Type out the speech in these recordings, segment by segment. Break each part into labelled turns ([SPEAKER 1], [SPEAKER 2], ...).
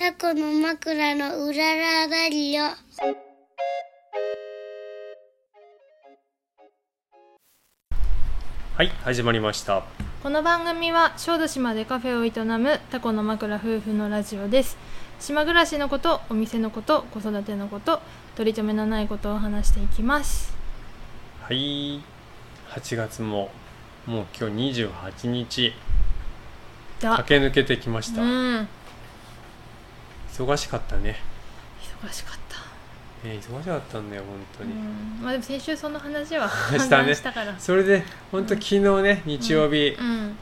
[SPEAKER 1] タコの枕のうららだりよ。
[SPEAKER 2] はい始まりました
[SPEAKER 3] この番組は小豆島でカフェを営むタコの枕夫婦のラジオです島暮らしのことお店のこと子育てのこと取り留めのないことを話していきます
[SPEAKER 2] はい8月ももう今日28日
[SPEAKER 3] だ
[SPEAKER 2] 駆け抜けてきまし
[SPEAKER 3] う
[SPEAKER 2] た
[SPEAKER 3] ん忙
[SPEAKER 2] 忙しかったね、
[SPEAKER 3] しかった
[SPEAKER 2] ね忙しかったんだよ本当
[SPEAKER 3] う
[SPEAKER 2] に、
[SPEAKER 3] んまあでも先週その話は
[SPEAKER 2] したね
[SPEAKER 3] 話したから
[SPEAKER 2] それで本当昨日ね日曜日、
[SPEAKER 3] うん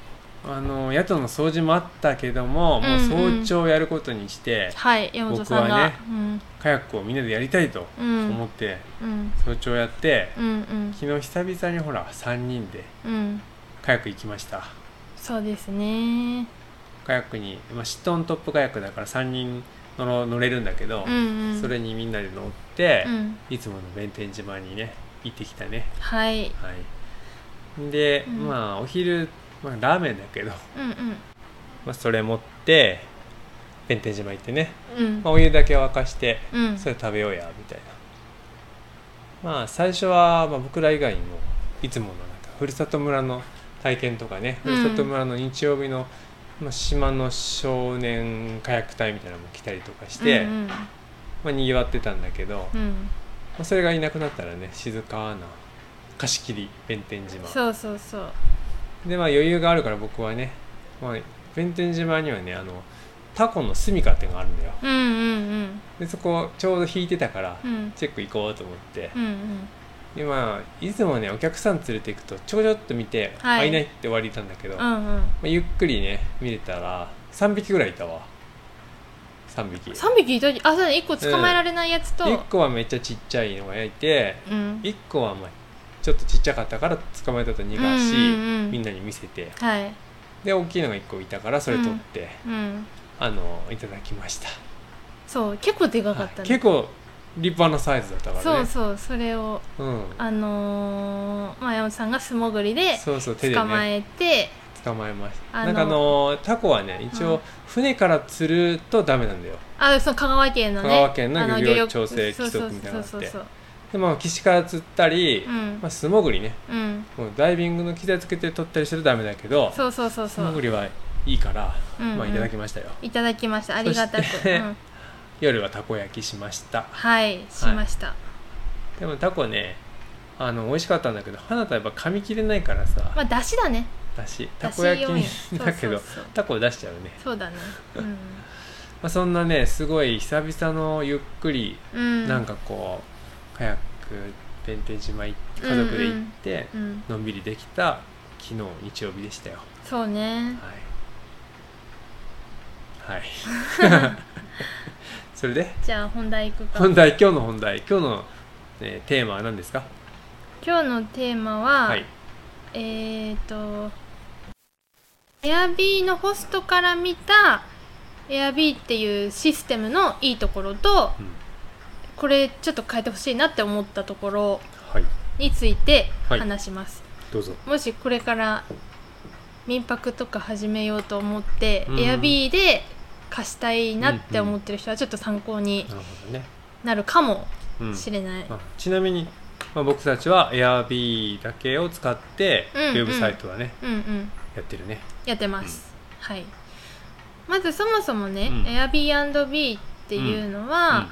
[SPEAKER 2] あの野党の掃除もあったけども、
[SPEAKER 3] うん
[SPEAKER 2] も
[SPEAKER 3] う
[SPEAKER 2] うん早朝やることにして、
[SPEAKER 3] はい山本さん
[SPEAKER 2] 僕
[SPEAKER 3] が、
[SPEAKER 2] はねカヤックをみんなでやりたいと
[SPEAKER 3] うんうん
[SPEAKER 2] 思って、
[SPEAKER 3] うん
[SPEAKER 2] 早朝やって
[SPEAKER 3] うん
[SPEAKER 2] 昨日久々にほら3人で
[SPEAKER 3] うんうん
[SPEAKER 2] カヤック行きました
[SPEAKER 3] そうですね
[SPEAKER 2] カヤックに、まあ、シットントップカヤックだから3人乗ろ乗れるんだけど、
[SPEAKER 3] うんうん
[SPEAKER 2] それにみんなで乗って
[SPEAKER 3] う、ん
[SPEAKER 2] いつもの弁天島にね行ってきたね
[SPEAKER 3] はい
[SPEAKER 2] はいで、
[SPEAKER 3] うん
[SPEAKER 2] まあお昼、まあ、ラーメンだけど、
[SPEAKER 3] うん
[SPEAKER 2] まあ、それ持って弁天島行ってね、
[SPEAKER 3] うんうん
[SPEAKER 2] まあ、お湯だけ沸かして
[SPEAKER 3] うん
[SPEAKER 2] それ食べようやみたいなまあ最初は、まあ、僕ら以外にもいつものなんかふるさと村の体験とかね、
[SPEAKER 3] うん
[SPEAKER 2] ふるさと村の日曜日の、まあ、島の少年火薬隊みたいなのも来たりとかして、
[SPEAKER 3] うん
[SPEAKER 2] まあ、にぎわってたんだけど、
[SPEAKER 3] う
[SPEAKER 2] ま
[SPEAKER 3] んうん
[SPEAKER 2] あ、それがいなくなったらね静かな貸し切り弁天島
[SPEAKER 3] そうそうそう
[SPEAKER 2] でまあ余裕があるから僕はね、まあ、弁天島にはねあのタコの住みかっていうのがあるんだよ
[SPEAKER 3] うんうん
[SPEAKER 2] でそこちょうど引いてたから、
[SPEAKER 3] うんうん
[SPEAKER 2] チェック行こうと思って
[SPEAKER 3] う、んうん
[SPEAKER 2] でまあいつもねお客さん連れて行くとちょこちょっと見て、
[SPEAKER 3] はい
[SPEAKER 2] あいないって終わりたんだけど、
[SPEAKER 3] う
[SPEAKER 2] ま
[SPEAKER 3] んう
[SPEAKER 2] あ、
[SPEAKER 3] ん
[SPEAKER 2] ゆっくりね見れたら3匹ぐらいいたわ3匹
[SPEAKER 3] 3匹いたりあそうだね1個捕まえられないやつと、うん
[SPEAKER 2] 1個はめっちゃちっちゃいのがいて
[SPEAKER 3] うん、
[SPEAKER 2] 1個はまあちょっとちっちゃかったから捕まえたと逃がし、
[SPEAKER 3] うんうんうん
[SPEAKER 2] みんなに見せて
[SPEAKER 3] はい、
[SPEAKER 2] で大きいのが1個いたからそれ取って、
[SPEAKER 3] うん、
[SPEAKER 2] あのいただきました、
[SPEAKER 3] そう結構でかか
[SPEAKER 2] は
[SPEAKER 3] った
[SPEAKER 2] い
[SPEAKER 3] ね、
[SPEAKER 2] 結構立派なサイズだったからね
[SPEAKER 3] そうそうそれを
[SPEAKER 2] うん、
[SPEAKER 3] あのー、まあ山本さんが素潜りで
[SPEAKER 2] そうそう手で
[SPEAKER 3] 捕ま
[SPEAKER 2] ね
[SPEAKER 3] えて
[SPEAKER 2] 捕まえました
[SPEAKER 3] あ
[SPEAKER 2] な
[SPEAKER 3] の
[SPEAKER 2] んかあのタコはね一
[SPEAKER 3] う
[SPEAKER 2] 応
[SPEAKER 3] ん
[SPEAKER 2] 船から釣るとダメなんだよ
[SPEAKER 3] あその香川県のね
[SPEAKER 2] 香川県の
[SPEAKER 3] あ
[SPEAKER 2] 漁業調整規則みたいなのがあって
[SPEAKER 3] そうそうそうそう
[SPEAKER 2] でまあ岸から釣ったり、
[SPEAKER 3] うん
[SPEAKER 2] まあ、素潜りね
[SPEAKER 3] うん
[SPEAKER 2] もうダイビングの機材つけて取ったりするとダメだけど
[SPEAKER 3] そうそうそう
[SPEAKER 2] 素
[SPEAKER 3] そ
[SPEAKER 2] 潜
[SPEAKER 3] う
[SPEAKER 2] りはいいから、
[SPEAKER 3] うんうん
[SPEAKER 2] まあいただきましたよ
[SPEAKER 3] いただきましたありがたく、
[SPEAKER 2] そして
[SPEAKER 3] うん、
[SPEAKER 2] 夜はたこ焼きしました
[SPEAKER 3] はいしました、
[SPEAKER 2] でもタコねあの美味しかったんだけど花とやっぱ噛み切れないからさ、
[SPEAKER 3] まあだしだね
[SPEAKER 2] だした
[SPEAKER 3] だし
[SPEAKER 2] こ焼き
[SPEAKER 3] 要因
[SPEAKER 2] にだけど
[SPEAKER 3] そうそうそう
[SPEAKER 2] タコ出しちゃうね、
[SPEAKER 3] そうだねうん
[SPEAKER 2] まあ、そんなねすごい久々のゆっくり
[SPEAKER 3] うん
[SPEAKER 2] なんかこうカヤック弁天島行って家族で行って
[SPEAKER 3] うん
[SPEAKER 2] のんびりできた昨日日曜日でしたよ
[SPEAKER 3] そうね
[SPEAKER 2] はいはいそれで
[SPEAKER 3] じゃあ本題行くか
[SPEAKER 2] 本題今日の本題今日の、えーテーマは何ですか
[SPEAKER 3] 今日のテーマは、
[SPEAKER 2] はい
[SPEAKER 3] えっ、ー、と Airb のホストから見た Airb っていうシステムのいいところと
[SPEAKER 2] うん
[SPEAKER 3] これちょっと変えてほしいなって思ったところ
[SPEAKER 2] はい
[SPEAKER 3] について
[SPEAKER 2] はい
[SPEAKER 3] 話します、
[SPEAKER 2] どうぞ
[SPEAKER 3] もしこれから民泊とか始めようと思って、
[SPEAKER 2] うん
[SPEAKER 3] Airb で貸したいなって思ってる人はちょっと参考に
[SPEAKER 2] なるほどね、
[SPEAKER 3] なるかも
[SPEAKER 2] うん
[SPEAKER 3] しれない、
[SPEAKER 2] まあ、ちなみに、まあ、僕たちは Airb だけを使ってウ
[SPEAKER 3] うんうん
[SPEAKER 2] ェブサイトはね、
[SPEAKER 3] うんうん
[SPEAKER 2] やってるね
[SPEAKER 3] やってます、はいまずそもそもね、
[SPEAKER 2] うん
[SPEAKER 3] Airbnb っていうのは、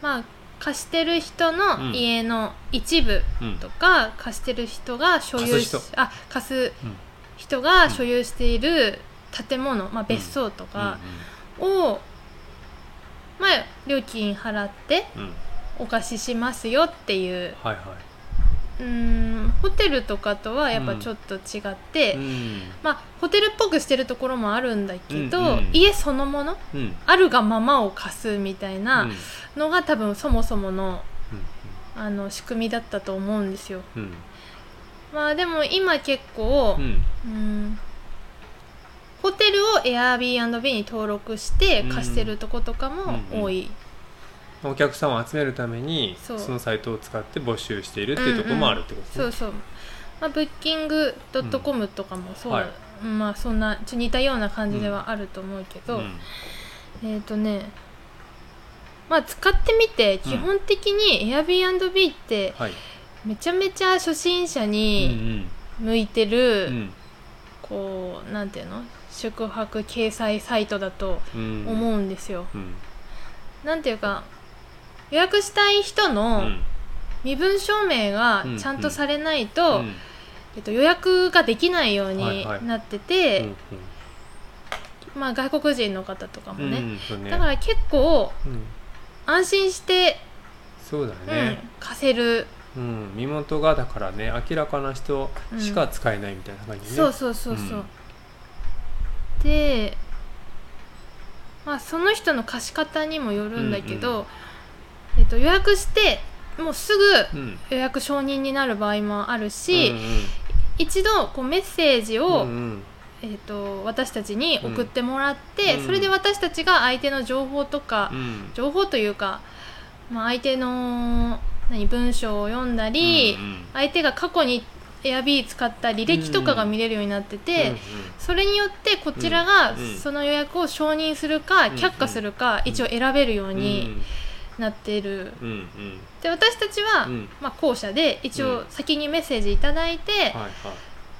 [SPEAKER 3] まあ貸してる人の家の一部
[SPEAKER 2] うんうん
[SPEAKER 3] とか、貸してる人が所有し
[SPEAKER 2] 貸す
[SPEAKER 3] あ貸す
[SPEAKER 2] うん
[SPEAKER 3] 人が所有している建物、まあ、別荘と
[SPEAKER 2] うん
[SPEAKER 3] かを、まあ、料金払って
[SPEAKER 2] うんうん
[SPEAKER 3] お貸ししますよっていう
[SPEAKER 2] はいは
[SPEAKER 3] うーんホテルとかとはやっぱちょっと違っ
[SPEAKER 2] い
[SPEAKER 3] て、
[SPEAKER 2] うん
[SPEAKER 3] まあ、ホテルっぽくしてるところもあるんだけど、
[SPEAKER 2] うんうん
[SPEAKER 3] 家そのもの
[SPEAKER 2] うんうん
[SPEAKER 3] あるがままを貸すみたいなのが多分そもそもの
[SPEAKER 2] う
[SPEAKER 3] あの仕組みだったと思うんですよ。
[SPEAKER 2] んうん
[SPEAKER 3] まあでも今結構、
[SPEAKER 2] う
[SPEAKER 3] うんーんホテルを Airbnb に登録して貸してるとことかも多い。
[SPEAKER 2] お客さんを集めるために
[SPEAKER 3] そ
[SPEAKER 2] そうのサイトを使って募集しているっていうところもあるってこと
[SPEAKER 3] そ
[SPEAKER 2] ね
[SPEAKER 3] うそう。まあ、ブッキングドットコムとかもそう、
[SPEAKER 2] はい
[SPEAKER 3] まあそんなちょっと似たような感じではあると思うけど、
[SPEAKER 2] うん
[SPEAKER 3] えっ、とねまあ使ってみて基本的に Airbnb って
[SPEAKER 2] はい
[SPEAKER 3] めちゃめちゃ初心者
[SPEAKER 2] うん
[SPEAKER 3] に向いて
[SPEAKER 2] う
[SPEAKER 3] る、
[SPEAKER 2] ん
[SPEAKER 3] こうなんていうの宿泊掲載サイトだと
[SPEAKER 2] うん
[SPEAKER 3] 思うんですよ、
[SPEAKER 2] うん
[SPEAKER 3] なんていうか予約したい人
[SPEAKER 2] う
[SPEAKER 3] の
[SPEAKER 2] ん
[SPEAKER 3] 身分証明が
[SPEAKER 2] うん
[SPEAKER 3] ちゃんとされないうと、
[SPEAKER 2] ん
[SPEAKER 3] えっと、予約ができないように
[SPEAKER 2] はいはい
[SPEAKER 3] なってて、
[SPEAKER 2] うん
[SPEAKER 3] まあ、外国人の方とか
[SPEAKER 2] う
[SPEAKER 3] も
[SPEAKER 2] ん
[SPEAKER 3] ね、
[SPEAKER 2] うんそうね
[SPEAKER 3] だから結構
[SPEAKER 2] うん
[SPEAKER 3] 安心して、
[SPEAKER 2] そうだ
[SPEAKER 3] うん
[SPEAKER 2] ね
[SPEAKER 3] 貸せる、
[SPEAKER 2] うん身元がだからね明らかな人しか使えないみたいな感じね
[SPEAKER 3] そうそうそうそう、
[SPEAKER 2] うん
[SPEAKER 3] で、まあ、その人の貸し方にもよるんだけど、
[SPEAKER 2] うんう
[SPEAKER 3] えっと、予約してもうすぐ
[SPEAKER 2] うん
[SPEAKER 3] 予約承認になる場合もあるし、
[SPEAKER 2] う
[SPEAKER 3] 一度こうメッセージ
[SPEAKER 2] んうん
[SPEAKER 3] を、
[SPEAKER 2] うんうん
[SPEAKER 3] えっと私たちに送ってもらって、
[SPEAKER 2] うん
[SPEAKER 3] それで私たちが相手の情報とか、
[SPEAKER 2] うん
[SPEAKER 3] 情報というか、まあ、相手の何文章を読んだり、
[SPEAKER 2] うんうん
[SPEAKER 3] 相手が過去に Airb 使った履歴とかが見れるようになってて、それによってこちらが
[SPEAKER 2] うんうん
[SPEAKER 3] その予約を承認するか、
[SPEAKER 2] うん
[SPEAKER 3] 却下するか、一応選べるよう
[SPEAKER 2] うんうん
[SPEAKER 3] になってる。
[SPEAKER 2] うんうん
[SPEAKER 3] で私たちは、
[SPEAKER 2] うん
[SPEAKER 3] まあ、後者で一
[SPEAKER 2] う
[SPEAKER 3] 応
[SPEAKER 2] ん
[SPEAKER 3] 先にメッセージいただいて、
[SPEAKER 2] はい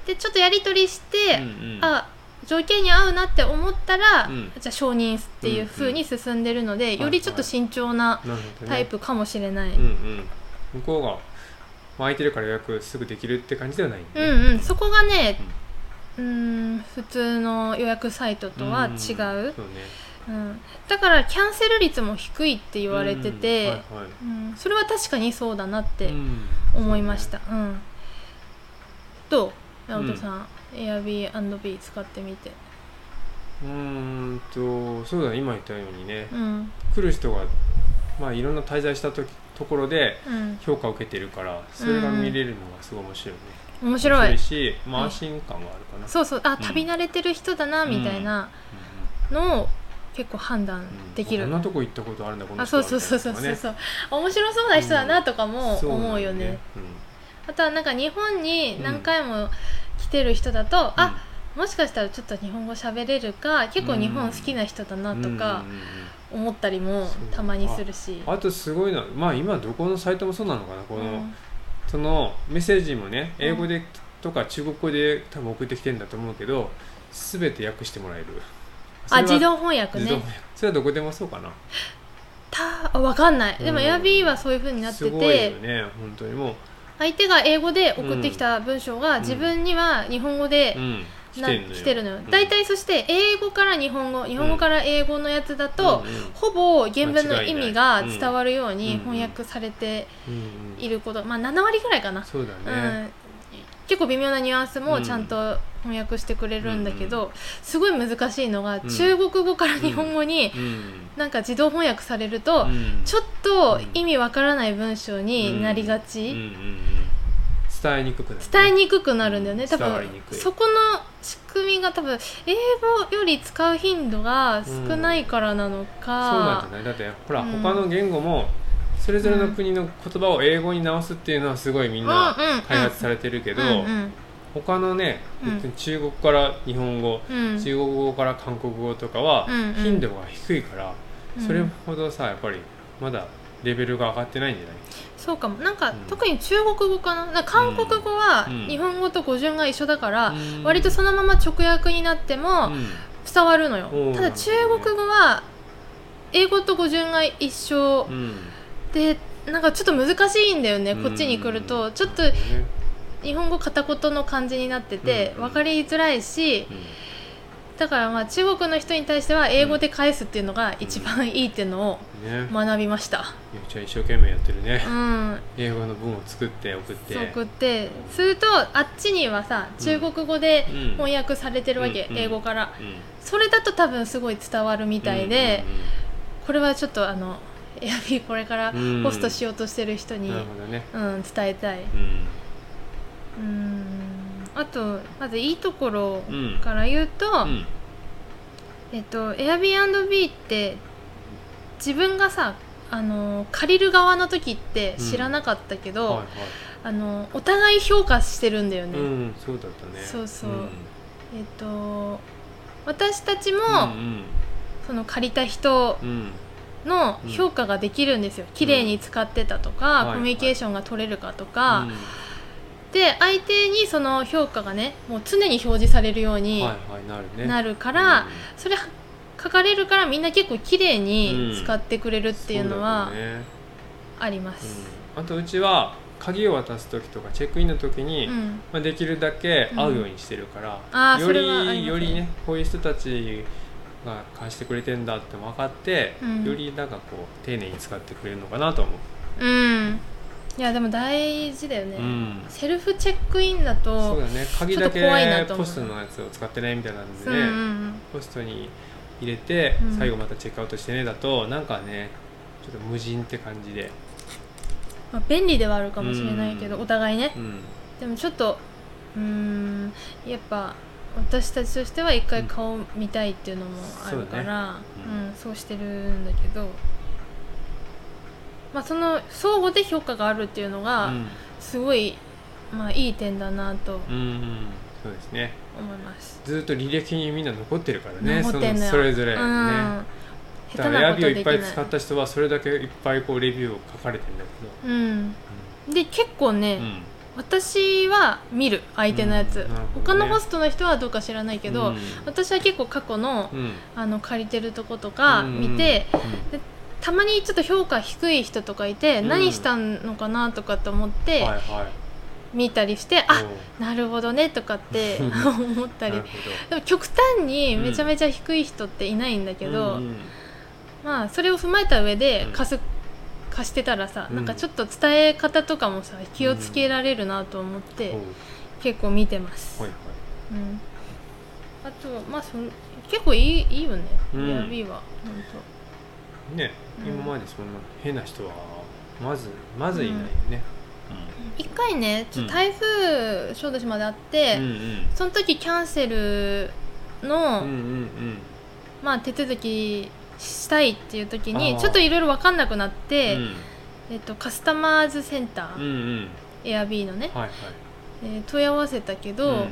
[SPEAKER 3] でちょっとやり取りして、
[SPEAKER 2] はいうんうん
[SPEAKER 3] あ条件に合うなって思ったら、
[SPEAKER 2] うん
[SPEAKER 3] じゃあ承認っていう風に進んでるので、
[SPEAKER 2] うん
[SPEAKER 3] よりちょっと慎重な
[SPEAKER 2] なるほどね
[SPEAKER 3] タイプかもしれない、
[SPEAKER 2] うんうん向こうがまあ空いてるから予約すぐできるって感じではないんだ
[SPEAKER 3] う
[SPEAKER 2] ね
[SPEAKER 3] んうんそこがねうーん普通の予約サイトとは違う、
[SPEAKER 2] そうね
[SPEAKER 3] うんだからキャンセル率も低いって言われてて、うん
[SPEAKER 2] うんはいはい
[SPEAKER 3] それは確かにそうだなって
[SPEAKER 2] うん
[SPEAKER 3] 思いました、うんどう直人さん、Airbnb 使ってみて
[SPEAKER 2] うーんとそうだね今言ったようにね
[SPEAKER 3] うん
[SPEAKER 2] 来る人がまあいろんな滞在したときところで
[SPEAKER 3] うん
[SPEAKER 2] 評価を受けてるからそれが見れるのがすごい面白いね
[SPEAKER 3] 面白い
[SPEAKER 2] 面白いしまあ
[SPEAKER 3] うん
[SPEAKER 2] 安心感があるかな
[SPEAKER 3] そうそうあ
[SPEAKER 2] ん
[SPEAKER 3] 旅慣れてる人だなみたいなのを結構判断
[SPEAKER 2] うんうん
[SPEAKER 3] できる、
[SPEAKER 2] こんなとこ行ったことあるんだこの
[SPEAKER 3] あ
[SPEAKER 2] 人
[SPEAKER 3] そ
[SPEAKER 2] は
[SPEAKER 3] うそうそうそう
[SPEAKER 2] みた
[SPEAKER 3] そ
[SPEAKER 2] いうなとかね
[SPEAKER 3] そう面白そうな人だなとかも
[SPEAKER 2] そうなんだ
[SPEAKER 3] 思うよね,、
[SPEAKER 2] うん
[SPEAKER 3] あとはなんか日本に何回も来てる人だと、あもしかしたらちょっと日本語喋れるか結構日本好きな人だな
[SPEAKER 2] うん
[SPEAKER 3] と
[SPEAKER 2] う
[SPEAKER 3] か
[SPEAKER 2] んうんうんうん
[SPEAKER 3] 思ったりも
[SPEAKER 2] そう
[SPEAKER 3] たまにするし、
[SPEAKER 2] あとすごいのはまあ今どこのサイトもそうなのかなこ
[SPEAKER 3] う
[SPEAKER 2] の、
[SPEAKER 3] ん
[SPEAKER 2] そのメッセージもね
[SPEAKER 3] うん
[SPEAKER 2] 英語でとか中国語で多分送ってきてんだと思うけど全て訳してもらえるそ
[SPEAKER 3] あ
[SPEAKER 2] れは
[SPEAKER 3] 自動翻訳
[SPEAKER 2] 自動
[SPEAKER 3] ね
[SPEAKER 2] 翻訳それはどこでもそうかな
[SPEAKER 3] たあわかんないでも
[SPEAKER 2] うん
[SPEAKER 3] Airb はそういう風になっ
[SPEAKER 2] す
[SPEAKER 3] て
[SPEAKER 2] ごい
[SPEAKER 3] て
[SPEAKER 2] よね本当にもう、
[SPEAKER 3] 相手が英語で送ってきた文章が
[SPEAKER 2] ん
[SPEAKER 3] 自分には日本語で、
[SPEAKER 2] うん、
[SPEAKER 3] な来てるのよ
[SPEAKER 2] うん
[SPEAKER 3] 大体そして英語から日本語日本語から英語のやつだと、
[SPEAKER 2] うんうん
[SPEAKER 3] ほぼ原文の意味が伝わるよう
[SPEAKER 2] 間違いない
[SPEAKER 3] に
[SPEAKER 2] うん
[SPEAKER 3] 翻訳されて
[SPEAKER 2] うんうん
[SPEAKER 3] いること、まあ7割ぐらいかな、
[SPEAKER 2] そうだ
[SPEAKER 3] う
[SPEAKER 2] ね、
[SPEAKER 3] ん、結構微妙なニュアンスもちゃんと翻訳してくれるんだけど、すごい難しいのが、
[SPEAKER 2] ん
[SPEAKER 3] 中国語から日本語に
[SPEAKER 2] うん
[SPEAKER 3] なんか自動翻訳されると、
[SPEAKER 2] うん
[SPEAKER 3] ちょっと意味わからない文章になりがち、
[SPEAKER 2] うんうんうん伝えにくくなるね、
[SPEAKER 3] 伝えにくくなるんだよね、
[SPEAKER 2] うん
[SPEAKER 3] 多
[SPEAKER 2] 伝わりに
[SPEAKER 3] 分
[SPEAKER 2] くい
[SPEAKER 3] そこの仕組みが多分英語より使う頻度が少ないからなの
[SPEAKER 2] そうなん
[SPEAKER 3] か
[SPEAKER 2] じゃ、ないだってほら、
[SPEAKER 3] うん
[SPEAKER 2] 他の言語もそれぞれの国の言葉を英語に直すっていうのはすごいみんな
[SPEAKER 3] うんうんうん
[SPEAKER 2] 開発されてるけど、
[SPEAKER 3] うん
[SPEAKER 2] 他のね、
[SPEAKER 3] うん
[SPEAKER 2] 別に中国から日本語、
[SPEAKER 3] うんうん
[SPEAKER 2] 中国語から韓国語とかは
[SPEAKER 3] うんうん
[SPEAKER 2] 頻度が低いから、
[SPEAKER 3] うん
[SPEAKER 2] それほどさやっぱりまだレベルが上がってないんじゃない
[SPEAKER 3] そうかもなんか、
[SPEAKER 2] うん
[SPEAKER 3] 特に中国語かななんか韓国語は
[SPEAKER 2] うん
[SPEAKER 3] 日本語と語順が一緒だから、
[SPEAKER 2] うん
[SPEAKER 3] 割とそのまま直訳になっても伝わるのよ、
[SPEAKER 2] うん
[SPEAKER 3] ただ中国語は英語と語順が一緒
[SPEAKER 2] うん、うん
[SPEAKER 3] でなんかちょっと難しいんだよね、こっちに来るとちょっと
[SPEAKER 2] うん
[SPEAKER 3] 日本語片言の感じになってて
[SPEAKER 2] うん
[SPEAKER 3] 分かりづらいしだからまあ中国の人に対しては英語で返すっていうのが一番いいっていうのを
[SPEAKER 2] ね
[SPEAKER 3] 学びました
[SPEAKER 2] ゆうちゃん一生懸命やってるね
[SPEAKER 3] う、ん
[SPEAKER 2] 英語の文を作って送って
[SPEAKER 3] そう送ってするとあっちにはさ中国語で
[SPEAKER 2] うん
[SPEAKER 3] 翻訳されてるわけ、
[SPEAKER 2] うん
[SPEAKER 3] 英語から
[SPEAKER 2] うん
[SPEAKER 3] それだと多分すごい伝わるみたいで、
[SPEAKER 2] うんうんうん
[SPEAKER 3] これはちょっとあのエアビーこれから
[SPEAKER 2] うん
[SPEAKER 3] ホストしようとしてる人に、
[SPEAKER 2] なるほどね、
[SPEAKER 3] うん、伝えたい
[SPEAKER 2] うん
[SPEAKER 3] うんあとまずいいところ
[SPEAKER 2] うん
[SPEAKER 3] から言うと、
[SPEAKER 2] うん
[SPEAKER 3] えっと、Airbnb って自分がさあの借りる側の時って知らなかったけど、
[SPEAKER 2] はいは
[SPEAKER 3] あのお互い評価してるんだよ
[SPEAKER 2] い、
[SPEAKER 3] ね、
[SPEAKER 2] うん、そうだったね
[SPEAKER 3] そうそうんえっと私たちも、
[SPEAKER 2] うん
[SPEAKER 3] その借りた人
[SPEAKER 2] うん
[SPEAKER 3] の評価ができるんですよ綺麗に使ってたとか、
[SPEAKER 2] はい
[SPEAKER 3] コミュニケーションが取れるかとか、
[SPEAKER 2] うん
[SPEAKER 3] で相手にその評価がねもう常に表示されるように
[SPEAKER 2] はいはいなるね
[SPEAKER 3] な
[SPEAKER 2] る
[SPEAKER 3] るから、それ書かれるからみんな結構綺麗に使ってくれるっていうのは
[SPEAKER 2] ね
[SPEAKER 3] ありま
[SPEAKER 2] う
[SPEAKER 3] す。
[SPEAKER 2] ん、あとうちは鍵を渡す時とかチェックインの時に、
[SPEAKER 3] うん
[SPEAKER 2] まあ、できるだけ会うようにしてるか
[SPEAKER 3] うんあ
[SPEAKER 2] ら、
[SPEAKER 3] ー
[SPEAKER 2] よ
[SPEAKER 3] それはありますね
[SPEAKER 2] りよりねこういう人たちが貸してくれてんだって分かって、
[SPEAKER 3] うん
[SPEAKER 2] よりなんかこう丁寧に使ってくれるのかなと思う、
[SPEAKER 3] うん、いやでも大事だよね、
[SPEAKER 2] うん
[SPEAKER 3] セルフチェックインだ
[SPEAKER 2] そ
[SPEAKER 3] と
[SPEAKER 2] うだね鍵だけ
[SPEAKER 3] ちょっと怖いなと思
[SPEAKER 2] ポ
[SPEAKER 3] う
[SPEAKER 2] ストのやつを使ってねみたいなんで
[SPEAKER 3] うん
[SPEAKER 2] ね、
[SPEAKER 3] うん
[SPEAKER 2] ポストに入れて
[SPEAKER 3] うん
[SPEAKER 2] 最後またチェックアウトしてねだと、なんかねちょっと無人って感じで、
[SPEAKER 3] まあ、便利ではあるかもしれないけど、
[SPEAKER 2] うん
[SPEAKER 3] お互いね
[SPEAKER 2] うん、
[SPEAKER 3] でもちょっとうーんやっぱ私たちとしては一回顔見たいっていうのもある
[SPEAKER 2] そ
[SPEAKER 3] から、
[SPEAKER 2] うだ
[SPEAKER 3] う
[SPEAKER 2] ねうん
[SPEAKER 3] ん、そうしてるんだけど、まあ、その相互で評価があるっていうの
[SPEAKER 2] う
[SPEAKER 3] が
[SPEAKER 2] ん
[SPEAKER 3] すごい、まあ、いい点だなと
[SPEAKER 2] うんうんそうですね
[SPEAKER 3] 思います。
[SPEAKER 2] ずっと履歴にみんな残ってるからね
[SPEAKER 3] 残
[SPEAKER 2] そ
[SPEAKER 3] ってん
[SPEAKER 2] の
[SPEAKER 3] のよ
[SPEAKER 2] それぞれね、
[SPEAKER 3] うん、
[SPEAKER 2] だか
[SPEAKER 3] 下手
[SPEAKER 2] ら
[SPEAKER 3] な
[SPEAKER 2] エア
[SPEAKER 3] こ
[SPEAKER 2] ビ
[SPEAKER 3] と
[SPEAKER 2] ーを
[SPEAKER 3] で
[SPEAKER 2] いっ
[SPEAKER 3] き
[SPEAKER 2] ぱ
[SPEAKER 3] ない
[SPEAKER 2] い使った人はそれだけいっぱいこうレビューを書かれてんだけ
[SPEAKER 3] うん、で結構ね、
[SPEAKER 2] ど、うん
[SPEAKER 3] 私は見る相手のやつ、
[SPEAKER 2] うんなるほ
[SPEAKER 3] 他
[SPEAKER 2] どね
[SPEAKER 3] のホストの人はどうか知らないけど、
[SPEAKER 2] うん
[SPEAKER 3] 私は結構過去の,、
[SPEAKER 2] うん
[SPEAKER 3] あの借りてるとことか見て、、
[SPEAKER 2] うん
[SPEAKER 3] たまにちょっと評価低い人とかいて、
[SPEAKER 2] うん
[SPEAKER 3] 何したのかなとかと思っ
[SPEAKER 2] うん
[SPEAKER 3] て
[SPEAKER 2] はいはい、
[SPEAKER 3] 見たりし
[SPEAKER 2] お
[SPEAKER 3] て、
[SPEAKER 2] う
[SPEAKER 3] あなるほどねとかって思った
[SPEAKER 2] な
[SPEAKER 3] り
[SPEAKER 2] るほ
[SPEAKER 3] でも極端にめちゃめちゃ低い人っていないんだけど、
[SPEAKER 2] ど、うんうん
[SPEAKER 3] まあそれを踏まえた上で
[SPEAKER 2] うん
[SPEAKER 3] 貸す、貸してたらさ、
[SPEAKER 2] うん
[SPEAKER 3] なんかちょっと伝え方とかもさ気をつけられるなと思って、
[SPEAKER 2] おう
[SPEAKER 3] 結構見てます、
[SPEAKER 2] はいはい
[SPEAKER 3] うん、あとまあそん結構いいいいよね、
[SPEAKER 2] うん
[SPEAKER 3] ARB は本
[SPEAKER 2] ね、
[SPEAKER 3] うん
[SPEAKER 2] 今までそんな変な人はまずまずいないよね、
[SPEAKER 3] 当。一回ねちょっと
[SPEAKER 2] うん
[SPEAKER 3] 台風小豆島であって、
[SPEAKER 2] うん、うん
[SPEAKER 3] その時キャンセルの、
[SPEAKER 2] うんうんうん
[SPEAKER 3] まあ、手続きしたいっていう時
[SPEAKER 2] あ
[SPEAKER 3] に
[SPEAKER 2] ー
[SPEAKER 3] ちょっといろいろ分かんなくなっ
[SPEAKER 2] う
[SPEAKER 3] て、
[SPEAKER 2] ん
[SPEAKER 3] えっと、カスタマーズセンタ
[SPEAKER 2] うんう
[SPEAKER 3] ー、
[SPEAKER 2] ん
[SPEAKER 3] エア ARB のね、
[SPEAKER 2] はいはい
[SPEAKER 3] えー問い合わせたけど、
[SPEAKER 2] うん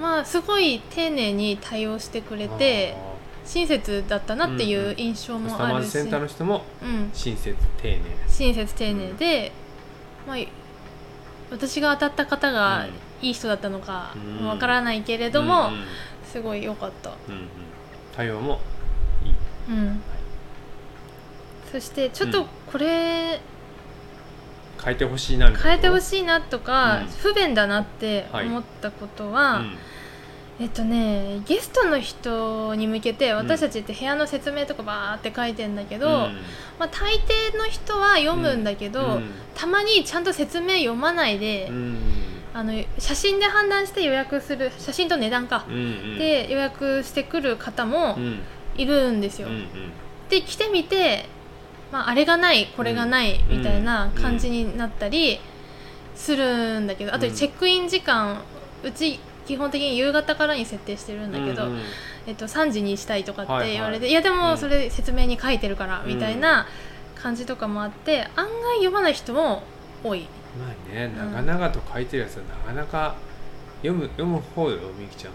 [SPEAKER 3] まあすごい丁寧に対応してくれて
[SPEAKER 2] あ
[SPEAKER 3] 親切だったなって
[SPEAKER 2] うん
[SPEAKER 3] いう
[SPEAKER 2] うん
[SPEAKER 3] 印象
[SPEAKER 2] ーカス
[SPEAKER 3] も
[SPEAKER 2] タ
[SPEAKER 3] あ
[SPEAKER 2] マー
[SPEAKER 3] る
[SPEAKER 2] ズ
[SPEAKER 3] し、
[SPEAKER 2] センターの人も
[SPEAKER 3] うん、
[SPEAKER 2] 親切丁寧
[SPEAKER 3] 親切丁寧で、まあ、私が当たった方がいい人だったのか
[SPEAKER 2] うん
[SPEAKER 3] わからないけれども、
[SPEAKER 2] うんうん
[SPEAKER 3] すごい良かった、
[SPEAKER 2] うんうん、対応もいい
[SPEAKER 3] うん、そしてちょっ
[SPEAKER 2] う
[SPEAKER 3] と
[SPEAKER 2] ん
[SPEAKER 3] これ
[SPEAKER 2] 変えてほしいなみたいな
[SPEAKER 3] 変えてほ
[SPEAKER 2] い、
[SPEAKER 3] しいなとか、
[SPEAKER 2] うん
[SPEAKER 3] 不便だなって思ったことは、
[SPEAKER 2] うん
[SPEAKER 3] えっとねゲストの人に向けて私たちって部屋の説明とかバーって書いてんだけど、
[SPEAKER 2] うん
[SPEAKER 3] まあ、大抵の人は読むんだけど、
[SPEAKER 2] うん
[SPEAKER 3] たまにちゃんと説明読まないで、
[SPEAKER 2] うん
[SPEAKER 3] あの写真で判断して予約する写真と値段か
[SPEAKER 2] う、ん、
[SPEAKER 3] で予約してくる方も
[SPEAKER 2] うん
[SPEAKER 3] いるんです
[SPEAKER 2] うん
[SPEAKER 3] よ。
[SPEAKER 2] うん
[SPEAKER 3] で来てみて、まあ、あれがないこれがない
[SPEAKER 2] うん
[SPEAKER 3] みたいな感じになったりするんだけど、あと
[SPEAKER 2] うん
[SPEAKER 3] チェックイン時間うち基本的に夕方からに設定してるんだけど、
[SPEAKER 2] うんうん
[SPEAKER 3] えっと、3時にしたいとかって言われて、
[SPEAKER 2] はいいはい
[SPEAKER 3] やで
[SPEAKER 2] う
[SPEAKER 3] も
[SPEAKER 2] ん
[SPEAKER 3] それ説明に書いてるから
[SPEAKER 2] うん
[SPEAKER 3] みたいな感じとかもあって、案外読まない人も多い。
[SPEAKER 2] まあね長々と書いてるやつはなかなか読む読む方よみきちゃん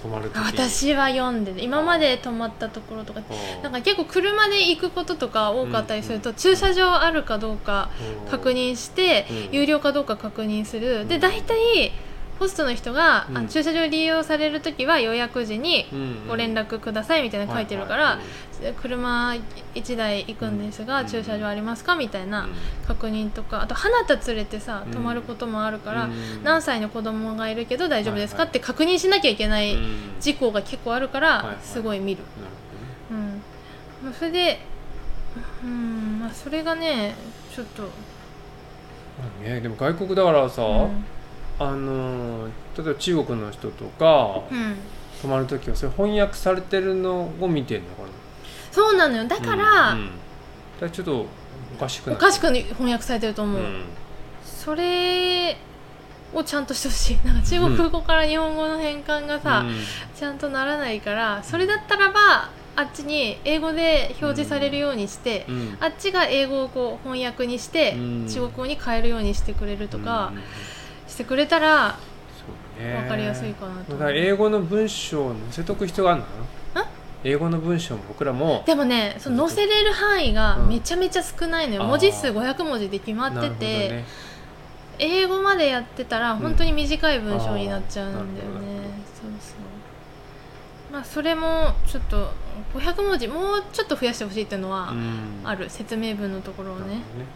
[SPEAKER 2] 止まる時に
[SPEAKER 3] 私は読んでね今まで泊まったところとか
[SPEAKER 2] うん
[SPEAKER 3] なんか結構車で行くこととか多かったりすると、駐車場あるかどうか
[SPEAKER 2] うん
[SPEAKER 3] 確認して、
[SPEAKER 2] うん
[SPEAKER 3] 有料かどうか確認する、で
[SPEAKER 2] うん
[SPEAKER 3] 大体ホストの人が、
[SPEAKER 2] うん
[SPEAKER 3] あ駐車場利用される時は予約時に
[SPEAKER 2] うんうん
[SPEAKER 3] ご連絡くださいみたいなの書いてるから、
[SPEAKER 2] は
[SPEAKER 3] 車1台行くんですが、
[SPEAKER 2] うん
[SPEAKER 3] 駐車場ありますかみたい
[SPEAKER 2] いは
[SPEAKER 3] ない確認とかあと花田連れてさ
[SPEAKER 2] うん
[SPEAKER 3] 泊まることもあるから、
[SPEAKER 2] うん
[SPEAKER 3] 何歳の子供がいるけど大丈夫ですか、
[SPEAKER 2] はいはい
[SPEAKER 3] って確認しなきゃいけない
[SPEAKER 2] うん
[SPEAKER 3] 事故が結構ある
[SPEAKER 2] は
[SPEAKER 3] か
[SPEAKER 2] い
[SPEAKER 3] ら
[SPEAKER 2] はい
[SPEAKER 3] すごい見る。
[SPEAKER 2] なる
[SPEAKER 3] うん、まあそれで、うんまあ、それがねちょっと、
[SPEAKER 2] ほどねまあねでも外国だからさ、
[SPEAKER 3] うん
[SPEAKER 2] あのー例えば中国の人とか、
[SPEAKER 3] うん
[SPEAKER 2] 泊まる時はそれ翻訳されてるのを見てるのかな
[SPEAKER 3] そうなのよだから、
[SPEAKER 2] うんうんだからちょっとおかしくな
[SPEAKER 3] お
[SPEAKER 2] い
[SPEAKER 3] かしく翻訳されてると思
[SPEAKER 2] う
[SPEAKER 3] う、
[SPEAKER 2] ん
[SPEAKER 3] それをちゃんとしてほしい なんか中国語から日本語の変換がさ、
[SPEAKER 2] うん
[SPEAKER 3] ちゃんとならないからそれだったらばあっちに英語で表示されるようにして、
[SPEAKER 2] うん
[SPEAKER 3] あっちが英語をこう翻訳にして、
[SPEAKER 2] うん
[SPEAKER 3] 中国語に変えるようにしてくれるとか
[SPEAKER 2] うんうんうん
[SPEAKER 3] してくれたら
[SPEAKER 2] そうね
[SPEAKER 3] 分かりやすいかなと
[SPEAKER 2] だ
[SPEAKER 3] 思う
[SPEAKER 2] から英語の文章を載せとく必要があるのかな
[SPEAKER 3] あ
[SPEAKER 2] 英語の文章も僕らも
[SPEAKER 3] でもねその載せれる範囲がめちゃめちゃ少ないのよ、
[SPEAKER 2] うん
[SPEAKER 3] 文字数500文字で決ま
[SPEAKER 2] な
[SPEAKER 3] って
[SPEAKER 2] るほど
[SPEAKER 3] て、
[SPEAKER 2] ね
[SPEAKER 3] 英語までやってたら
[SPEAKER 2] ん
[SPEAKER 3] 本当に短い文章になっちゃうんだよね、
[SPEAKER 2] あーなるほどなる
[SPEAKER 3] そうそうまあそれもちょっと500文字もうちょっと増やしてほしいっていうのは
[SPEAKER 2] うん
[SPEAKER 3] ある、説明文のところを
[SPEAKER 2] なる
[SPEAKER 3] ね
[SPEAKER 2] ほどね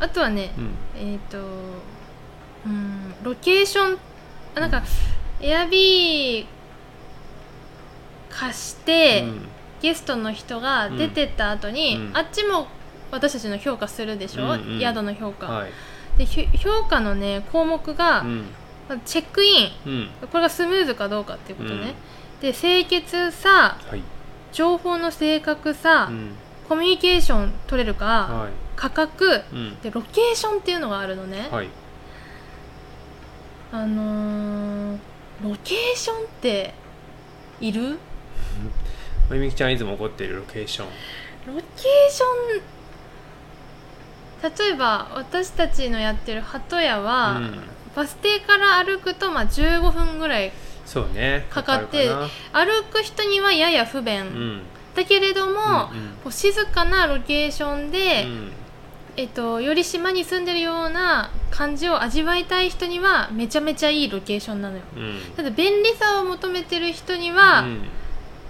[SPEAKER 3] あとはね、
[SPEAKER 2] うん
[SPEAKER 3] えっ、とうんロケーションあなんかエアビー貸して、
[SPEAKER 2] うん
[SPEAKER 3] ゲストの人が出てった後に、
[SPEAKER 2] うん
[SPEAKER 3] あっちも私たちの評価するでしょ、
[SPEAKER 2] うんうん
[SPEAKER 3] 宿の評価、
[SPEAKER 2] はい
[SPEAKER 3] でひ評価のね項目が、
[SPEAKER 2] うん
[SPEAKER 3] まあチェックイン
[SPEAKER 2] うん
[SPEAKER 3] これがスムーズかどうかっていうことね、で清潔さ
[SPEAKER 2] はい
[SPEAKER 3] 情報の正確さ、
[SPEAKER 2] うん
[SPEAKER 3] コミュニケーション取れるか、
[SPEAKER 2] はい
[SPEAKER 3] 価格
[SPEAKER 2] うん
[SPEAKER 3] でロケーションっていうのがあるのね、
[SPEAKER 2] はい
[SPEAKER 3] あのー、ロケーションっている
[SPEAKER 2] まゆみきちゃんいつも怒っているロケーション
[SPEAKER 3] ロケーション例えば私たちのやってる鳩屋は、
[SPEAKER 2] うん
[SPEAKER 3] バス停から歩くとまあ15分ぐらい
[SPEAKER 2] そうね
[SPEAKER 3] かかって
[SPEAKER 2] かかる
[SPEAKER 3] 歩く人にはやや不便、
[SPEAKER 2] かなうん
[SPEAKER 3] だけれども、
[SPEAKER 2] うんうん
[SPEAKER 3] こう静かなロケーションで、
[SPEAKER 2] うん
[SPEAKER 3] えっと、より島に住んでるような感じを味わいたい人にはめちゃめちゃいいロケーションなのよ
[SPEAKER 2] うん
[SPEAKER 3] ただ便利さを求めてる人には、
[SPEAKER 2] うん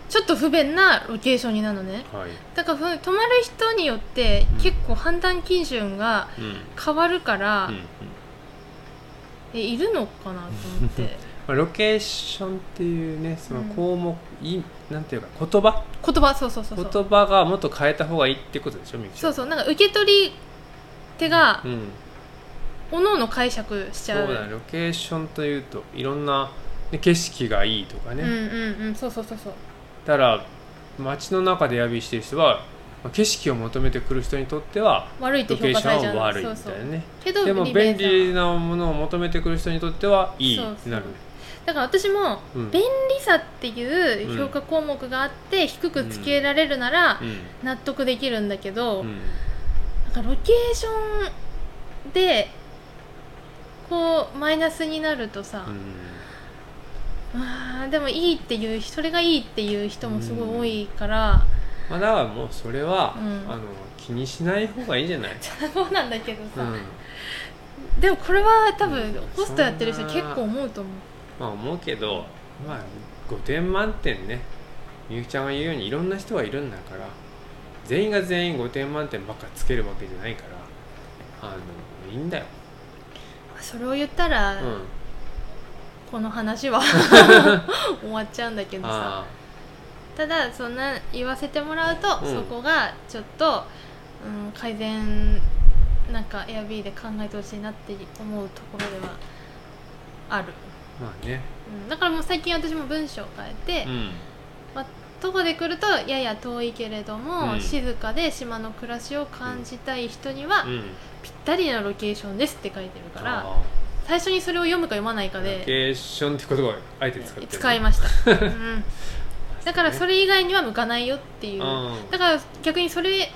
[SPEAKER 3] ちょっと不便なロケーションになるのね
[SPEAKER 2] はい
[SPEAKER 3] だからふ泊まる人によって
[SPEAKER 2] うん
[SPEAKER 3] 結構判断基準が
[SPEAKER 2] うんうん
[SPEAKER 3] 変わるから、
[SPEAKER 2] うん
[SPEAKER 3] えいるのかなと思って
[SPEAKER 2] まあロケーションっていうねその
[SPEAKER 3] うん
[SPEAKER 2] 項目、いなんていうか言葉
[SPEAKER 3] 言葉そうそうそうそう
[SPEAKER 2] 言葉がもっと変えた方がいいってことでしょみゆきち
[SPEAKER 3] そ
[SPEAKER 2] ゃ
[SPEAKER 3] うんそうなんか受け取り手が
[SPEAKER 2] うん、
[SPEAKER 3] おのおの解釈し
[SPEAKER 2] そ
[SPEAKER 3] ちゃう
[SPEAKER 2] うだねロケーションというといろんな、ね、景色がいいとかね、
[SPEAKER 3] うん
[SPEAKER 2] だ
[SPEAKER 3] うんうんそうそうそうそう
[SPEAKER 2] から街の中で旅してる人はまあ景色を求めてくる人にとっては
[SPEAKER 3] 悪いって
[SPEAKER 2] ロ
[SPEAKER 3] 評
[SPEAKER 2] ケー
[SPEAKER 3] 価
[SPEAKER 2] シ
[SPEAKER 3] されち
[SPEAKER 2] ョ
[SPEAKER 3] ゃう
[SPEAKER 2] ンは悪いみ
[SPEAKER 3] そ
[SPEAKER 2] た
[SPEAKER 3] う
[SPEAKER 2] い
[SPEAKER 3] そ
[SPEAKER 2] な
[SPEAKER 3] う
[SPEAKER 2] ね
[SPEAKER 3] けど
[SPEAKER 2] でも
[SPEAKER 3] 利便
[SPEAKER 2] 便
[SPEAKER 3] さ
[SPEAKER 2] 利なものを求めてくる人にとってはいい
[SPEAKER 3] そうそう
[SPEAKER 2] なるね
[SPEAKER 3] だから私も
[SPEAKER 2] うん
[SPEAKER 3] 便利さっていう評価項目があって低くつけられるなら納得できるんだけど、
[SPEAKER 2] うん、うん
[SPEAKER 3] なんかロケーションでこうマイナスになるとさ、あーでもいいっていうそれがいいっていう人もすごい多いから、
[SPEAKER 2] まあ、だからもうそれは、
[SPEAKER 3] うん
[SPEAKER 2] あの気にしない方がいいんじゃ ない、
[SPEAKER 3] そうなんだけど
[SPEAKER 2] う
[SPEAKER 3] さ、
[SPEAKER 2] ん、
[SPEAKER 3] でもこれは多
[SPEAKER 2] うん
[SPEAKER 3] 分ホストやってる人結構思うと思う
[SPEAKER 2] まあ思うけどまあ5点満点ねみゆきちゃんが言うようにいろんな人がいるんだから全員が全員5点満点ばっかつけるわけじゃないからあのいいんだよ、
[SPEAKER 3] それを言ったら、
[SPEAKER 2] うん、
[SPEAKER 3] この話は 終わっちゃうんだけどさ
[SPEAKER 2] あ
[SPEAKER 3] ただそんな言わせてもらうと、
[SPEAKER 2] うん
[SPEAKER 3] そこがちょっと、うん、改善なんか Airb で考えてほしいなって思うところではある、
[SPEAKER 2] あまあね
[SPEAKER 3] うん、だからもう最近私も文章を変えて、
[SPEAKER 2] うん
[SPEAKER 3] 徒歩で来るとやや遠いけれども、
[SPEAKER 2] うん
[SPEAKER 3] 静かで島の暮らしを感じたい人には、
[SPEAKER 2] うん
[SPEAKER 3] ぴったりなロケーションですって書いてるから
[SPEAKER 2] ああ
[SPEAKER 3] 最初にそれを読むか読まないか
[SPEAKER 2] ロ
[SPEAKER 3] で
[SPEAKER 2] ケーションって言葉をあえて使ってる
[SPEAKER 3] 使い
[SPEAKER 2] す
[SPEAKER 3] ました、 うん、だからそれ以外には向かないよっていう
[SPEAKER 2] うん
[SPEAKER 3] だから逆にそれ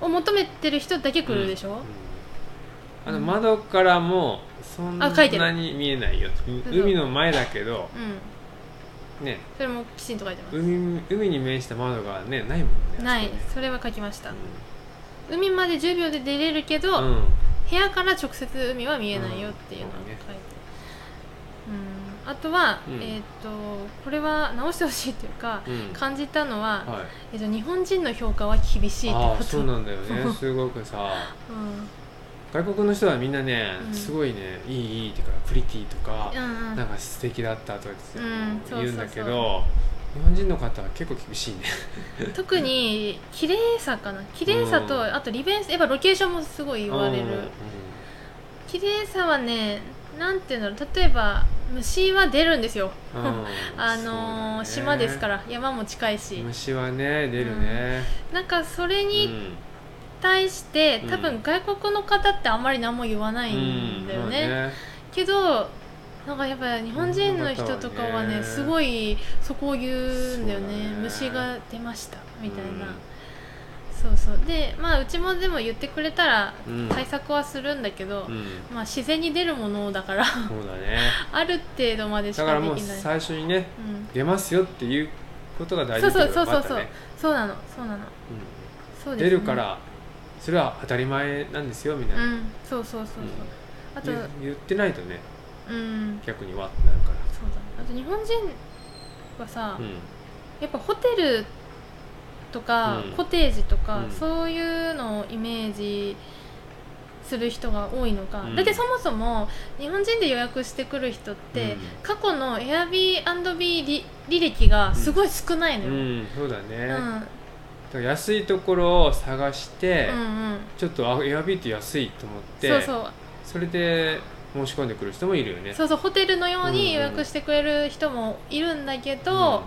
[SPEAKER 3] を求めてる人だけ来るでしょ、
[SPEAKER 2] あの窓からもそんな
[SPEAKER 3] あ書いてる
[SPEAKER 2] に見えないよ
[SPEAKER 3] そうそう
[SPEAKER 2] 海の前だけど
[SPEAKER 3] うん
[SPEAKER 2] ね
[SPEAKER 3] それもきちんと書いてます
[SPEAKER 2] 海海に面した窓がねないもんね
[SPEAKER 3] ない
[SPEAKER 2] あそ
[SPEAKER 3] それは書きました
[SPEAKER 2] こね
[SPEAKER 3] 海まで10秒で出れるけ
[SPEAKER 2] う
[SPEAKER 3] ど、
[SPEAKER 2] んうん
[SPEAKER 3] 部屋から直接海は見えないよっていうのを書いて、うんあとは、
[SPEAKER 2] うん
[SPEAKER 3] えーっとこれは直してほしいというか、
[SPEAKER 2] うん
[SPEAKER 3] 感じたのは、
[SPEAKER 2] はい
[SPEAKER 3] えっと日本人の評価は厳しいって
[SPEAKER 2] あ
[SPEAKER 3] こ
[SPEAKER 2] あ
[SPEAKER 3] と
[SPEAKER 2] そうなんだよねすごくさ外国の人はみんなね
[SPEAKER 3] うん
[SPEAKER 2] すごいねいいいいってからプリティとか
[SPEAKER 3] うんうんうん
[SPEAKER 2] なんか素敵だったとか言
[SPEAKER 3] うん
[SPEAKER 2] って言うんだけ
[SPEAKER 3] そうそう
[SPEAKER 2] ど日本人の方は結構厳しいね
[SPEAKER 3] 特に綺麗さかな綺麗さと、
[SPEAKER 2] うん
[SPEAKER 3] あと利便性やっぱロケーションもすごい言われる
[SPEAKER 2] うんうん
[SPEAKER 3] 綺麗さはねなんていうんだろう例えば虫は出るんですよ、
[SPEAKER 2] うん
[SPEAKER 3] あのー
[SPEAKER 2] そうだ
[SPEAKER 3] 島
[SPEAKER 2] ね
[SPEAKER 3] ですから山も近いし
[SPEAKER 2] 虫はね出るね、
[SPEAKER 3] なんかそれ
[SPEAKER 2] うん
[SPEAKER 3] に対して、
[SPEAKER 2] うん
[SPEAKER 3] 多分外国の方ってあんまり何も言わないんだよね,、
[SPEAKER 2] うんまあね
[SPEAKER 3] けどなんかやっぱ日本人の人とかはね
[SPEAKER 2] 日本の方はね
[SPEAKER 3] すごいそこを言うんだよ
[SPEAKER 2] そう
[SPEAKER 3] ね
[SPEAKER 2] だね
[SPEAKER 3] 虫が出ましたみたいな、
[SPEAKER 2] うん
[SPEAKER 3] そうそうでまあうちもでも言ってくれたら
[SPEAKER 2] うん
[SPEAKER 3] 対策はするんだけど、
[SPEAKER 2] うん
[SPEAKER 3] まあ自然に出るものだから
[SPEAKER 2] そうだね
[SPEAKER 3] ある程度までし
[SPEAKER 2] だか
[SPEAKER 3] からで
[SPEAKER 2] もう
[SPEAKER 3] きない
[SPEAKER 2] 最初にね
[SPEAKER 3] うん
[SPEAKER 2] 出ますよっていうことが大事
[SPEAKER 3] そう
[SPEAKER 2] ってこ
[SPEAKER 3] そ
[SPEAKER 2] と
[SPEAKER 3] うそ
[SPEAKER 2] が
[SPEAKER 3] うそ
[SPEAKER 2] また
[SPEAKER 3] うそう
[SPEAKER 2] ね
[SPEAKER 3] そうなのそうなのそううんですね
[SPEAKER 2] 出るからそれは当たり前なんですよみたいうな、
[SPEAKER 3] んそうそうそうそうあと
[SPEAKER 2] 言言ってないとね
[SPEAKER 3] うん
[SPEAKER 2] 逆にわってなるか
[SPEAKER 3] そうだねあと日本人は
[SPEAKER 2] ら、
[SPEAKER 3] さ、
[SPEAKER 2] うん
[SPEAKER 3] やっぱホテルとか、
[SPEAKER 2] うん
[SPEAKER 3] コテージとか、
[SPEAKER 2] うん
[SPEAKER 3] そういうのをイメージする人が多いのか、
[SPEAKER 2] うん
[SPEAKER 3] だってそもそも日本人で予約してくる人って、
[SPEAKER 2] うん
[SPEAKER 3] 過去の Airbnb り履歴がすごい少ないの
[SPEAKER 2] う
[SPEAKER 3] よ、
[SPEAKER 2] ん、そうだね、
[SPEAKER 3] うん
[SPEAKER 2] だから安いところを探して、
[SPEAKER 3] うんうん
[SPEAKER 2] ちょっとあエアビーって安いと思って
[SPEAKER 3] そうそう
[SPEAKER 2] それで申し込んでくる人もいるよね
[SPEAKER 3] そうそうホテルのように予
[SPEAKER 2] うんう
[SPEAKER 3] 約
[SPEAKER 2] ん
[SPEAKER 3] してくれる人もいるんだけ
[SPEAKER 2] うん
[SPEAKER 3] ど、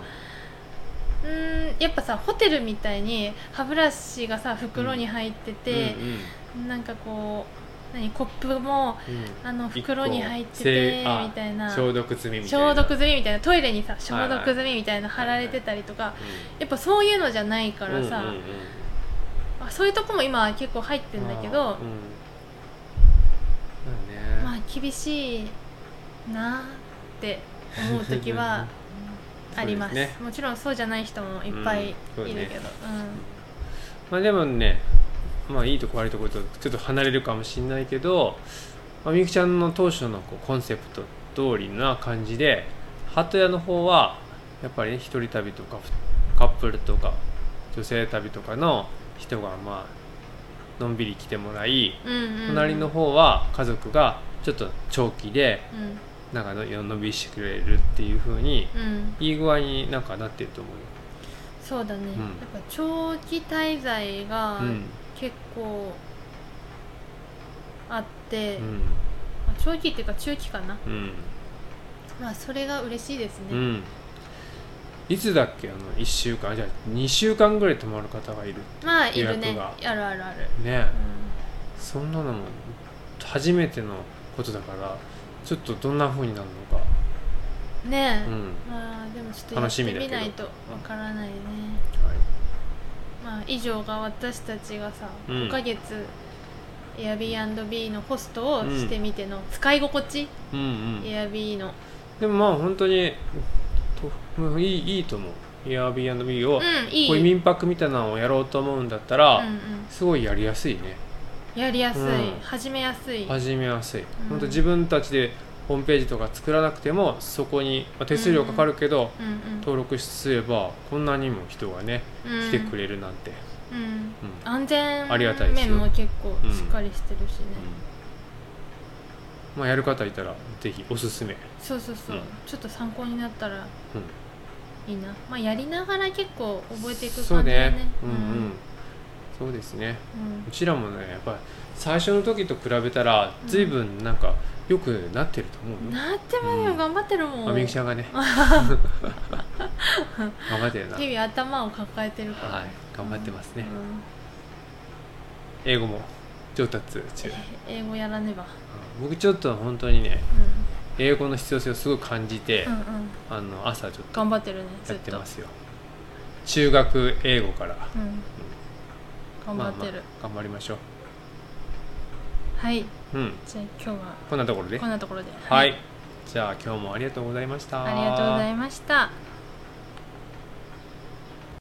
[SPEAKER 3] うん、やっぱさホテルみたいに歯ブラシがさ袋に入ってて、
[SPEAKER 2] うん
[SPEAKER 3] なんかこう何コップも
[SPEAKER 2] うんうん
[SPEAKER 3] あの
[SPEAKER 2] 一個
[SPEAKER 3] 袋に入って
[SPEAKER 2] せ
[SPEAKER 3] て
[SPEAKER 2] いあ
[SPEAKER 3] みたいな
[SPEAKER 2] 消毒済みみたいな
[SPEAKER 3] 消毒済みみたいなトイレにさ消毒
[SPEAKER 2] はい
[SPEAKER 3] 済みみたいな貼られてたりとか
[SPEAKER 2] うん
[SPEAKER 3] やっぱそういうのじゃないからさ、
[SPEAKER 2] うんうんうん
[SPEAKER 3] あそういうとこも今は結構入ってんだけど
[SPEAKER 2] あーうんだね
[SPEAKER 3] まあ厳しいなって思う時 はあります
[SPEAKER 2] そうですね
[SPEAKER 3] もちろんそうじゃない人もいっぱいいるけど、
[SPEAKER 2] うん
[SPEAKER 3] うん
[SPEAKER 2] そうねまあでもねまあいいとこ悪いとことちょっと離れるかもしれないけど、まあ、みゆきちゃんの当初のこうコンセプト通りな感じで鳩屋の方はやっぱりね一人旅とかカップルとか女性旅とかの人がまあのんびり来てもらい
[SPEAKER 3] うんうん
[SPEAKER 2] 隣の方は家族がちょっと長期で
[SPEAKER 3] うん
[SPEAKER 2] なんかの夜のびしてくれるっていう風に
[SPEAKER 3] うん
[SPEAKER 2] いい具合になんかなってると思うよ。
[SPEAKER 3] そうだね、
[SPEAKER 2] ん
[SPEAKER 3] やっぱ長期滞在が
[SPEAKER 2] うん
[SPEAKER 3] 結構あって、
[SPEAKER 2] うん
[SPEAKER 3] まあ長期っていうか中期かな
[SPEAKER 2] うん
[SPEAKER 3] まあそれが嬉しいですね、
[SPEAKER 2] うん、いつだっけあの1週間あじゃあ2週間ぐらい泊まる方がいる
[SPEAKER 3] まあいるね
[SPEAKER 2] 予約
[SPEAKER 3] あるあるある、
[SPEAKER 2] ね
[SPEAKER 3] う
[SPEAKER 2] そんなのも初めてのことだからちょっとどんな風になるのか、
[SPEAKER 3] ん、ねえ、
[SPEAKER 2] うんはい、
[SPEAKER 3] まあでもちょっとや
[SPEAKER 2] 楽
[SPEAKER 3] って
[SPEAKER 2] しみだけ
[SPEAKER 3] み
[SPEAKER 2] ど
[SPEAKER 3] ないとわからないねまあ以上が私たちがさ、
[SPEAKER 2] うん
[SPEAKER 3] 5ヶ月 Airbnb のホストをしてみての使い心地、
[SPEAKER 2] うんうん、
[SPEAKER 3] Airb の
[SPEAKER 2] でもまあ本当にともういいいいと思う Airbnb を、
[SPEAKER 3] うんいい
[SPEAKER 2] こういう民泊みたいなのをやろうと思うんだったら、
[SPEAKER 3] うんうん、
[SPEAKER 2] すごいやりやすいね
[SPEAKER 3] やりやすい、
[SPEAKER 2] うん
[SPEAKER 3] 始めやすい
[SPEAKER 2] 始めやすい、
[SPEAKER 3] ん
[SPEAKER 2] 本当自分たちでホームページとか作らなくてもそこに、まあ、手数料かかるけど、
[SPEAKER 3] うん
[SPEAKER 2] 登録すればこんなにも人がね
[SPEAKER 3] うんうん、
[SPEAKER 2] 来てくれるなんて、
[SPEAKER 3] うん、
[SPEAKER 2] うん
[SPEAKER 3] 安全
[SPEAKER 2] ありがたいですよ
[SPEAKER 3] 面も結構しっかりしてるしね、
[SPEAKER 2] うんまあ、やる方いたらぜひおすすめ、
[SPEAKER 3] そうそうそう、
[SPEAKER 2] うん
[SPEAKER 3] ちょっと参考になったら
[SPEAKER 2] うん
[SPEAKER 3] いいなまあやりながら結構覚えていく感じ
[SPEAKER 2] そ
[SPEAKER 3] だ
[SPEAKER 2] う
[SPEAKER 3] ね
[SPEAKER 2] ねうんうん、そうですねうちらもねやっぱり最初の時と比べたら
[SPEAKER 3] うん
[SPEAKER 2] 随分なんか良くなってると思
[SPEAKER 3] う
[SPEAKER 2] うんよ、
[SPEAKER 3] なってもよ、
[SPEAKER 2] うん
[SPEAKER 3] 頑張ってるも
[SPEAKER 2] あ
[SPEAKER 3] ん
[SPEAKER 2] みゆき
[SPEAKER 3] 日
[SPEAKER 2] ちゃん がね頑張ってるなはい
[SPEAKER 3] 々頭を抱えてるから、
[SPEAKER 2] 頑張ってますね、
[SPEAKER 3] うん
[SPEAKER 2] 英語も上達中
[SPEAKER 3] え英語やらねば、
[SPEAKER 2] 僕ちょっと本当にね
[SPEAKER 3] う
[SPEAKER 2] 英語の必要性をすごい感じて、
[SPEAKER 3] ん、うんうん
[SPEAKER 2] あの朝ちょっと
[SPEAKER 3] 頑張ってるねず
[SPEAKER 2] や
[SPEAKER 3] っ
[SPEAKER 2] って
[SPEAKER 3] と
[SPEAKER 2] ますよ中学英語から
[SPEAKER 3] うん、頑張ってる、
[SPEAKER 2] まあまあ頑張りましょ
[SPEAKER 3] はい
[SPEAKER 2] うん、
[SPEAKER 3] じゃあ今日は
[SPEAKER 2] こんなところで
[SPEAKER 3] こんなところで
[SPEAKER 2] はい、じゃあ今日もありがとうございました
[SPEAKER 3] ありがとうございました。